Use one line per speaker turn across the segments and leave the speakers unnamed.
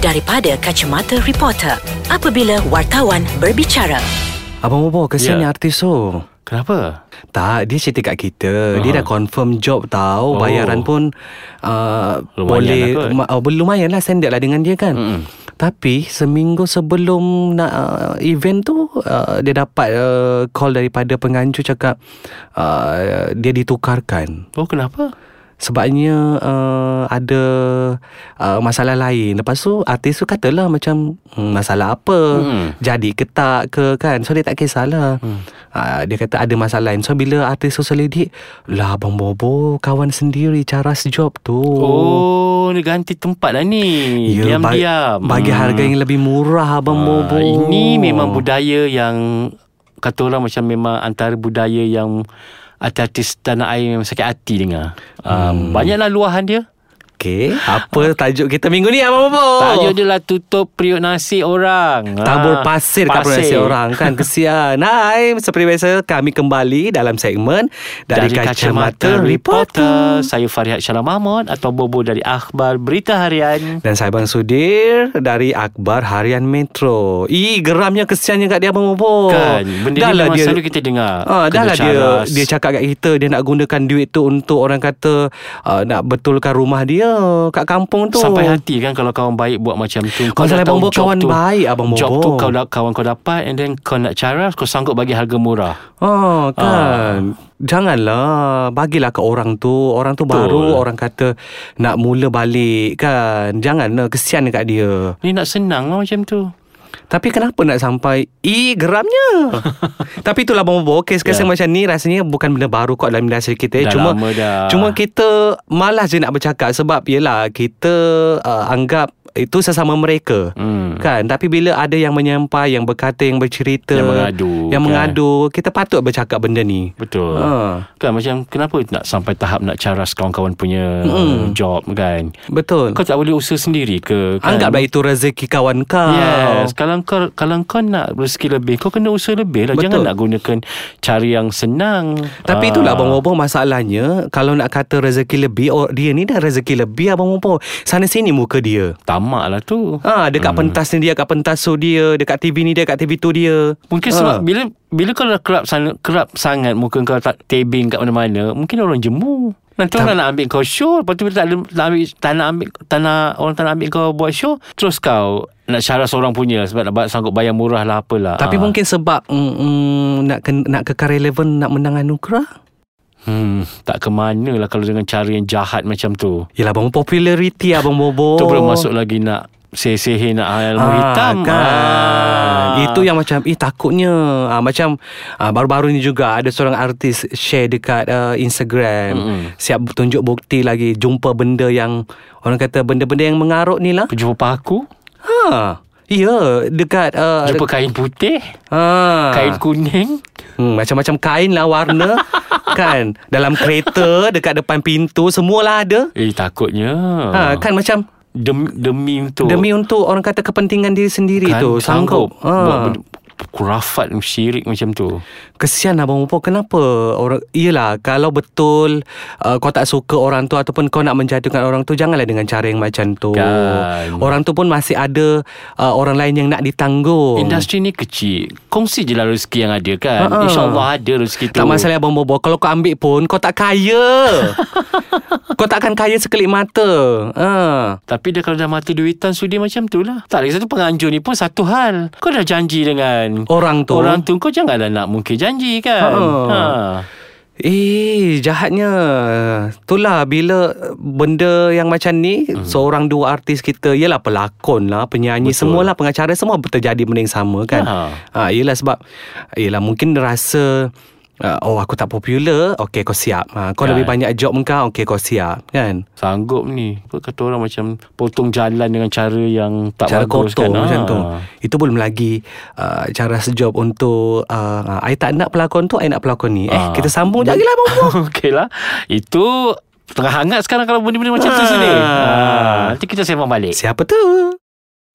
daripada kacamata reporter apabila wartawan berbicara.
Abang Bobo kesian
Ya.
yeah. ni artis tu.
Kenapa?
Tak, dia cerita kat kita. Uh-huh. Dia dah confirm job tau.
Oh.
Oh. Bayaran pun uh,
Lumayan
boleh
lah kot.
ma- uh, lumayan lah standard lah dengan dia kan.
Mm-mm.
Tapi seminggu sebelum nak uh, event tu uh, dia dapat uh, call daripada penganjur cakap uh, dia ditukarkan.
Oh kenapa?
Sebabnya uh, ada uh, masalah lain. Lepas tu artis tu katalah macam hmm, masalah apa,
Hmm.
hmm. jadi ke tak ke kan. So dia tak kisahlah. Hmm. Uh, dia kata ada masalah lain. So bila artis tu selidik, lah Abang Bobo kawan sendiri cara sejob tu.
Oh, dia ganti tempat lah ni.
Ya, ba-
Diam-diam.
Bagi
Hmm.
harga yang lebih murah Abang Bobo.
Ah, Ini memang budaya yang kata orang macam memang antara budaya yang artis-artis tanah air memang sakit hati dengar.
Hmm.
Um, Banyaklah luahan dia.
Okay. Apa tajuk kita minggu ni Abang Bobo?
Tajuk dia lah tutup periuk nasi orang.
Tabur
Ah,
pasir kat pronunciasi orang kan Kesian Hai Seperti biasa Kami kembali dalam segmen Dari, Kacamata, Reporter
Saya Farihat Shalom Mahmud Atau Bobo dari Akhbar Berita Harian
Dan saya Bang Sudir Dari Akbar Harian Metro Ih geramnya kesiannya kat dia Abang Bobo
Kan
Dah
Benda ni
lah
memang
dia-
selalu kita dengar
Ah, dah lah dia
Kena caras.
dia cakap kat kita dia nak gunakan duit tu untuk orang kata uh, nak betulkan rumah dia kat kampung tu.
Sampai hati kan Kalau kawan baik buat macam tu
Masalah
dah tahu
Abang Bobo
job
kawan
tu,
baik, Abang
Job
Bobo.
tu kau, dah- kawan kau dapat And then kau nak cara Kau sanggup bagi harga murah
Oh
Ah.
kan Janganlah Bagilah ke orang tu Orang tu
Betul.
baru Orang kata Nak mula balik kan Janganlah Kesian dekat dia
Ni nak senang lah macam tu
Tapi kenapa nak sampai I geramnya Tapi itulah Abang Bobo Kes-kes
Ya.
yeah. macam ni Rasanya bukan benda baru kot Dalam industri kita ya.
Dah
Eh, Cuma
lama lah. dah.
Cuma kita Malas je nak bercakap Sebab yelah Kita uh, Anggap itu sesama mereka
Hmm.
kan tapi bila ada yang menyampai yang berkata yang bercerita
Yang mengadu,
yang
kan?
mengadu kita patut bercakap benda ni
Betul
Ah.
Kan macam Kenapa nak sampai tahap Nak caras kawan-kawan punya Job kan
Betul.
Kau tak boleh usaha sendiri ke kan?
Anggaplah itu rezeki kawan kau.
Yes, kalau kau kalau kau nak rezeki lebih, kau kena usaha lebih lah. Jangan
Betul.
nak gunakan cara yang senang.
Tapi
Ah.
itulah Abang Bobo masalahnya Kalau nak kata rezeki lebih oh, Dia ni dah rezeki lebih Abang Bobo Sana sini muka dia
Tamak lah tu.
ha, Dekat hmm. pentas ni dia Dekat pentas tu dia Dekat TV ni dia Dekat TV tu dia
Mungkin
Ah.
sebab bila bila kau dah kerap sangat, kerap sangat muka kau tak tebing kat mana-mana, mungkin orang jemu. Nanti orang nak ambil kau show Lepas tu bila tak, ada, tak, ambil, tak nak ambil tak nak, Orang tak nak ambil kau buat show Terus kau Nak syarat seorang punya lah Sebab nak ba- sanggup bayar murah lah apalah
Tapi
Ah.
mungkin sebab mm, mm, Nak ke, nak kekal relevan Nak menang anugerah
hmm, Tak ke mana lah Kalau dengan cara yang jahat macam tu
Yelah Abang Bobo Populariti Abang Bobo
Tu belum masuk lagi nak Sihir-sihir nak ilmu
Oh. Ah,
hitam
kan.
Ah.
Itu yang macam Eh takutnya ah, Macam ah, Baru-baru ni juga Ada seorang artis Share dekat uh, Instagram
Mm-mm.
Siap tunjuk bukti lagi Jumpa benda yang Orang kata Benda-benda yang mengarut ni lah
Jumpa paku
ha. Ya Dekat uh,
Jumpa kain putih
ha.
Kain kuning
hmm, Macam-macam kain lah warna Kan Dalam kereta Dekat depan pintu Semualah ada
Eh takutnya
ha,
Ah.
Kan macam
Demi, demi untuk
Demi untuk orang kata kepentingan diri sendiri
kan,
tu Sanggup, Ah.
ha. Buat benda, Kurafat syirik macam
Oh.
tu
Kesian lah, Abang Mupo Kenapa orang Yelah Kalau betul uh, Kau tak suka orang tu Ataupun kau nak menjatuhkan orang tu Janganlah dengan cara yang macam tu
Kan.
Orang tu pun masih ada uh, Orang lain yang nak ditanggung
Industri ni kecil Kongsi je lah rezeki yang ada kan
Ha-ha.
InsyaAllah ada rezeki tu
Ah, Tak masalah Abang Bobo Kalau kau ambil pun Kau tak kaya Kau tak akan kaya sekelip mata ha.
Tapi dia kalau dah mata duitan Sudi macam tu lah Tak lagi satu penganjur ni pun satu hal Kau dah janji dengan
Orang tu
Orang tu kau janganlah nak mungkin janji kan
Ha. Eh jahatnya Itulah bila Benda yang macam ni hmm. Seorang dua artis kita Yelah pelakon lah Penyanyi
Betul.
Betul. Semualah pengacara Semua terjadi benda yang sama kan
Ya.
ha, Yelah sebab Yelah mungkin rasa uh, Oh aku tak popular Okay kau siap ha, Kau
Kan.
lebih banyak job kau Okay kau siap kan
Sanggup ni Apa kata orang macam Potong jalan dengan cara yang Tak
cara
bagus
kotor
kan
macam
Ah.
tu itu belum lagi uh, cara sejob untuk uh, I tak nak pelakon tu I nak pelakon ni eh
Ah.
kita sambung je lagi lah Abang Bobo.
Okey lah Itu Tengah hangat sekarang Kalau benda-benda macam tu
Ah.
sini ah. Nanti kita sembang balik
siapa tu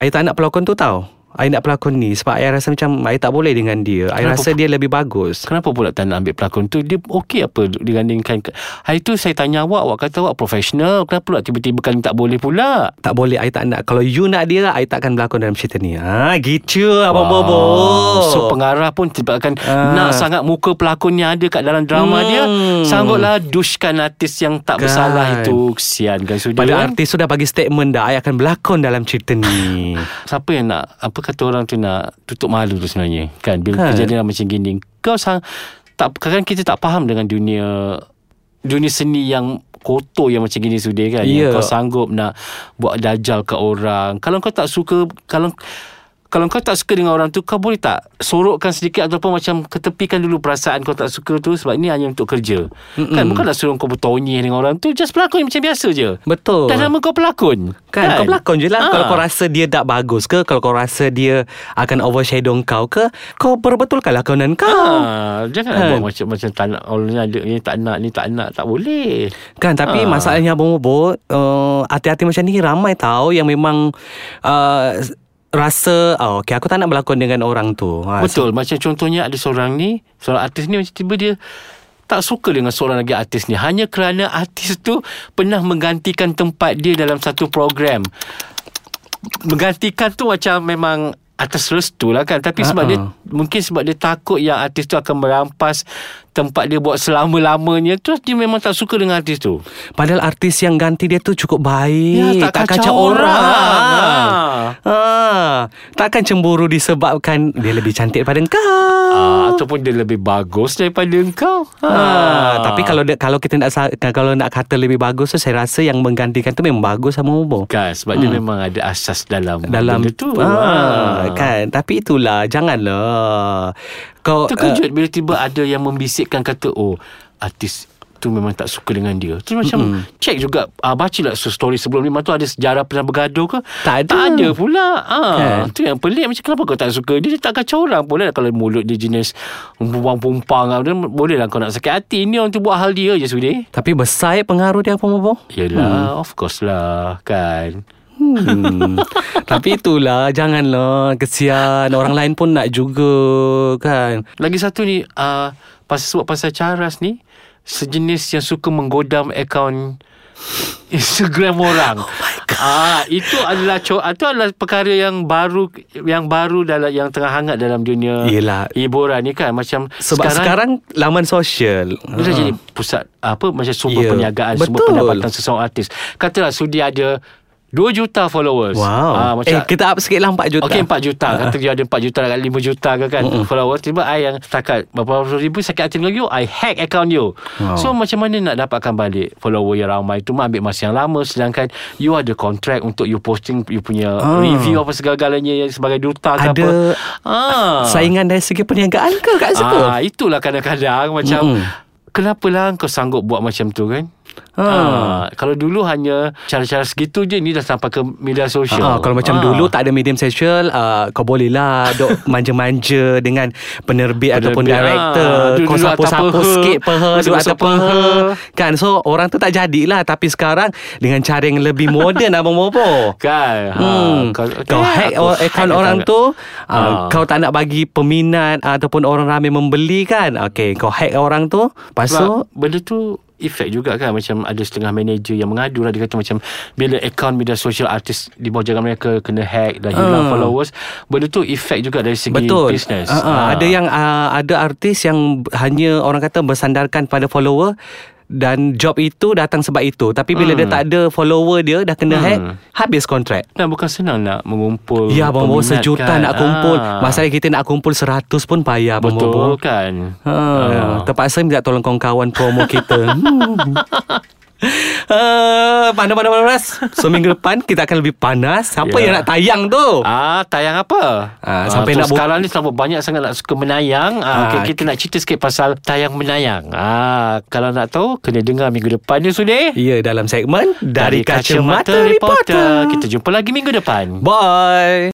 I tak nak pelakon tu tau I nak pelakon ni Sebab I rasa macam I tak boleh dengan dia I
Kenapa?
rasa dia lebih bagus
Kenapa pula tak nak ambil pelakon tu Dia okey apa Dibandingkan Hari tu saya tanya awak Awak kata awak profesional Kenapa pula tiba-tiba kan tak boleh pula
Tak boleh I tak nak Kalau you nak dia I takkan berlakon dalam cerita ni ha, Gitu Abang
Wow.
Bobo
Ah, So pengarah pun Tidak akan
Ah.
Nak sangat muka pelakon yang ada Kat dalam drama
Hmm.
dia Sanggutlah duskan artis yang tak
Kan.
bersalah itu Kesian kan Sudah
Pada
kan?
artis sudah bagi statement dah I akan berlakon dalam cerita ni
Siapa yang nak Apa kata orang tu nak Tutup malu tu sebenarnya Kan Bila
Kan.
kejadian macam gini Kau sang tak, Kadang-kadang kita tak faham Dengan dunia Dunia seni yang Kotor yang macam gini Sudir kan
Ya.
Yang kau sanggup nak Buat dajal ke orang Kalau kau tak suka Kalau kalau kau tak suka dengan orang tu Kau boleh tak Sorokkan sedikit Ataupun macam Ketepikan dulu perasaan Kau tak suka tu Sebab ni hanya untuk kerja Mm-mm. Kan bukan nak suruh kau bertonyih Dengan orang tu Just pelakon macam biasa je
Betul
Dah lama kau pelakon
Kan, kau berlakon je lah
Ah.
Kalau kau rasa dia tak bagus ke Kalau kau rasa dia Akan overshadow kau ke Kau perbetulkan lakonan kau
Ah, jangan
Ha. Kan?
buat macam macam tak nak orang ni ada ni tak nak ni tak nak tak boleh.
Kan tapi
Ah.
ha. masalahnya Abang Bobo uh, Hati-hati macam ni ramai tahu Yang memang uh, Rasa oh, Okay aku tak nak berlakon dengan orang tu ha,
Betul. Macam contohnya ada seorang ni, seorang artis ni macam tiba dia tak suka dengan seorang lagi artis ni hanya kerana artis tu pernah menggantikan tempat dia dalam satu program. Menggantikan tu macam memang atas restu lah kan tapi sebab
Ah,
dia
ah.
mungkin sebab dia takut yang artis tu akan merampas tempat dia buat selama-lamanya terus dia memang tak suka dengan artis tu.
Padahal artis yang ganti dia tu cukup baik
Ya, tak kacau orang.
ha. Takkan cemburu disebabkan Dia lebih cantik daripada kau
Ah, ataupun dia lebih bagus daripada engkau. Ah.
Ha, tapi kalau dia- kalau kita nak sa- kalau nak kata lebih bagus tu saya rasa yang menggantikan tu memang bagus sama Bobo.
kan sebab hmm. dia memang ada asas dalam
Dalam
Ah, benda tu. ah.
ha, kan tapi itulah janganlah kau eh,
Terkejut bila tiba ada yang membisikkan kata oh artis tu memang tak suka dengan dia. Terus macam
Hmm.
mm-hmm. check juga ah baca lah story sebelum ni Memang tu ada sejarah pernah bergaduh ke?
Tak ada.
Tak ada pula. Ah
Kan?
tu yang pelik macam kenapa kau tak suka dia? Dia tak kacau orang pula kalau mulut dia jenis pumpang-pumpang ah, dia bolehlah kau nak sakit hati. Ini orang tu buat hal dia je
uh,
sudah.
tapi besar eh pengaruh dia apa Bobo?
Yelah, hmm. of course lah kan.
Hmm. tapi itulah janganlah kesian orang lain pun nak juga kan.
Lagi satu ni uh, pasal sebab pasal Charas ni sejenis yang suka menggodam akaun Instagram orang. Oh my god. Ah itu adalah co- ah, itu adalah perkara yang baru yang baru dalam yang tengah hangat dalam dunia
Yelah.
hiburan ni kan macam
Sebab sekarang, sekarang laman sosial. Ah.
bila jadi pusat apa macam sumber yeah.
Ya,
perniagaan sumber
betul.
pendapatan seseorang artis. Katalah Sudi ada 2 juta followers.
Wow.
Ah,
eh kita up sikit lah 4 juta.
Okey 4 juta Kata dia ada 4 juta Dekat 5 juta ke kan mm Followers Tiba I yang setakat Berapa puluh ribu Sakit hati dengan you I hack account you
Wow.
So macam mana nak dapatkan balik Follower yang ramai tu Ambil masa yang lama Sedangkan You ada contract Untuk you posting You punya
Ah.
review Apa segala-galanya yang Sebagai duta ke
Ada
apa ah.
Saingan dari segi perniagaan ke kat situ?
ah, Itulah kadang-kadang Macam
Mm-mm.
Kenapalah kau sanggup buat macam tu kan
Ah.
Ah, kalau dulu hanya cara-cara segitu je ni dah sampai ke media sosial.
Ah, kalau macam
Ah.
dulu tak ada medium sexual uh, Kau boleh lah Dok manja-manja Dengan penerbit, ataupun
Penerbit,
director
ah. Duduk-
Kau
duduk atas
sapu-sapu
peha,
sikit Peha Duduk
masuk-masuk
atas peha
peha.
Kan so orang tu tak jadilah Tapi sekarang Dengan cara yang lebih moden Abang Bobo
Kan ha,
Hmm.
kau,
kau hack or, account orang tu uh,
Ah.
Kau tak nak bagi peminat Ataupun orang ramai membeli kan Okay kau hack orang tu Lepas tu
So benda tu Efek juga kan Macam ada setengah manager Yang mengadu lah Dia kata macam Bila akaun media sosial Artis di bawah jangan mereka Kena hack Dan
Ah.
hilang followers Benda tu efek juga Dari segi
Betul.
business
Uh, uh,
Ah.
Ada yang uh, ada artis yang b- hanya orang kata bersandarkan pada follower dan job itu datang sebab itu. Tapi bila dia
Hmm.
tak ada follower dia dah kena hack, habis kontrak.
Dan bukan senang nak Mengumpul
Ya, Abang Bobo
peminat
sejuta
kan.
nak kumpul.
Ah.
Masalah kita nak kumpul seratus pun payah, Abang
Betul
Bobo.
kan
Ha, Terpaksa minta tolong kawan-kawan promo kita. Hmm. Uh, panas, panas, panas. So, minggu depan kita akan lebih panas. Siapa
Ya.
yang nak tayang tu?
Ah, tayang apa?
Ah, sampai
tu
nak bu-
sekarang ni selama banyak sangat nak suka menayang. Ah,
Ah,
okay, kita nak cerita sikit pasal tayang menayang. Ah, kalau nak tahu kena dengar minggu depan ni sudah.
Ya, dalam segmen Dari, Kacamata, Reporter.
Kita jumpa lagi minggu depan.
Bye.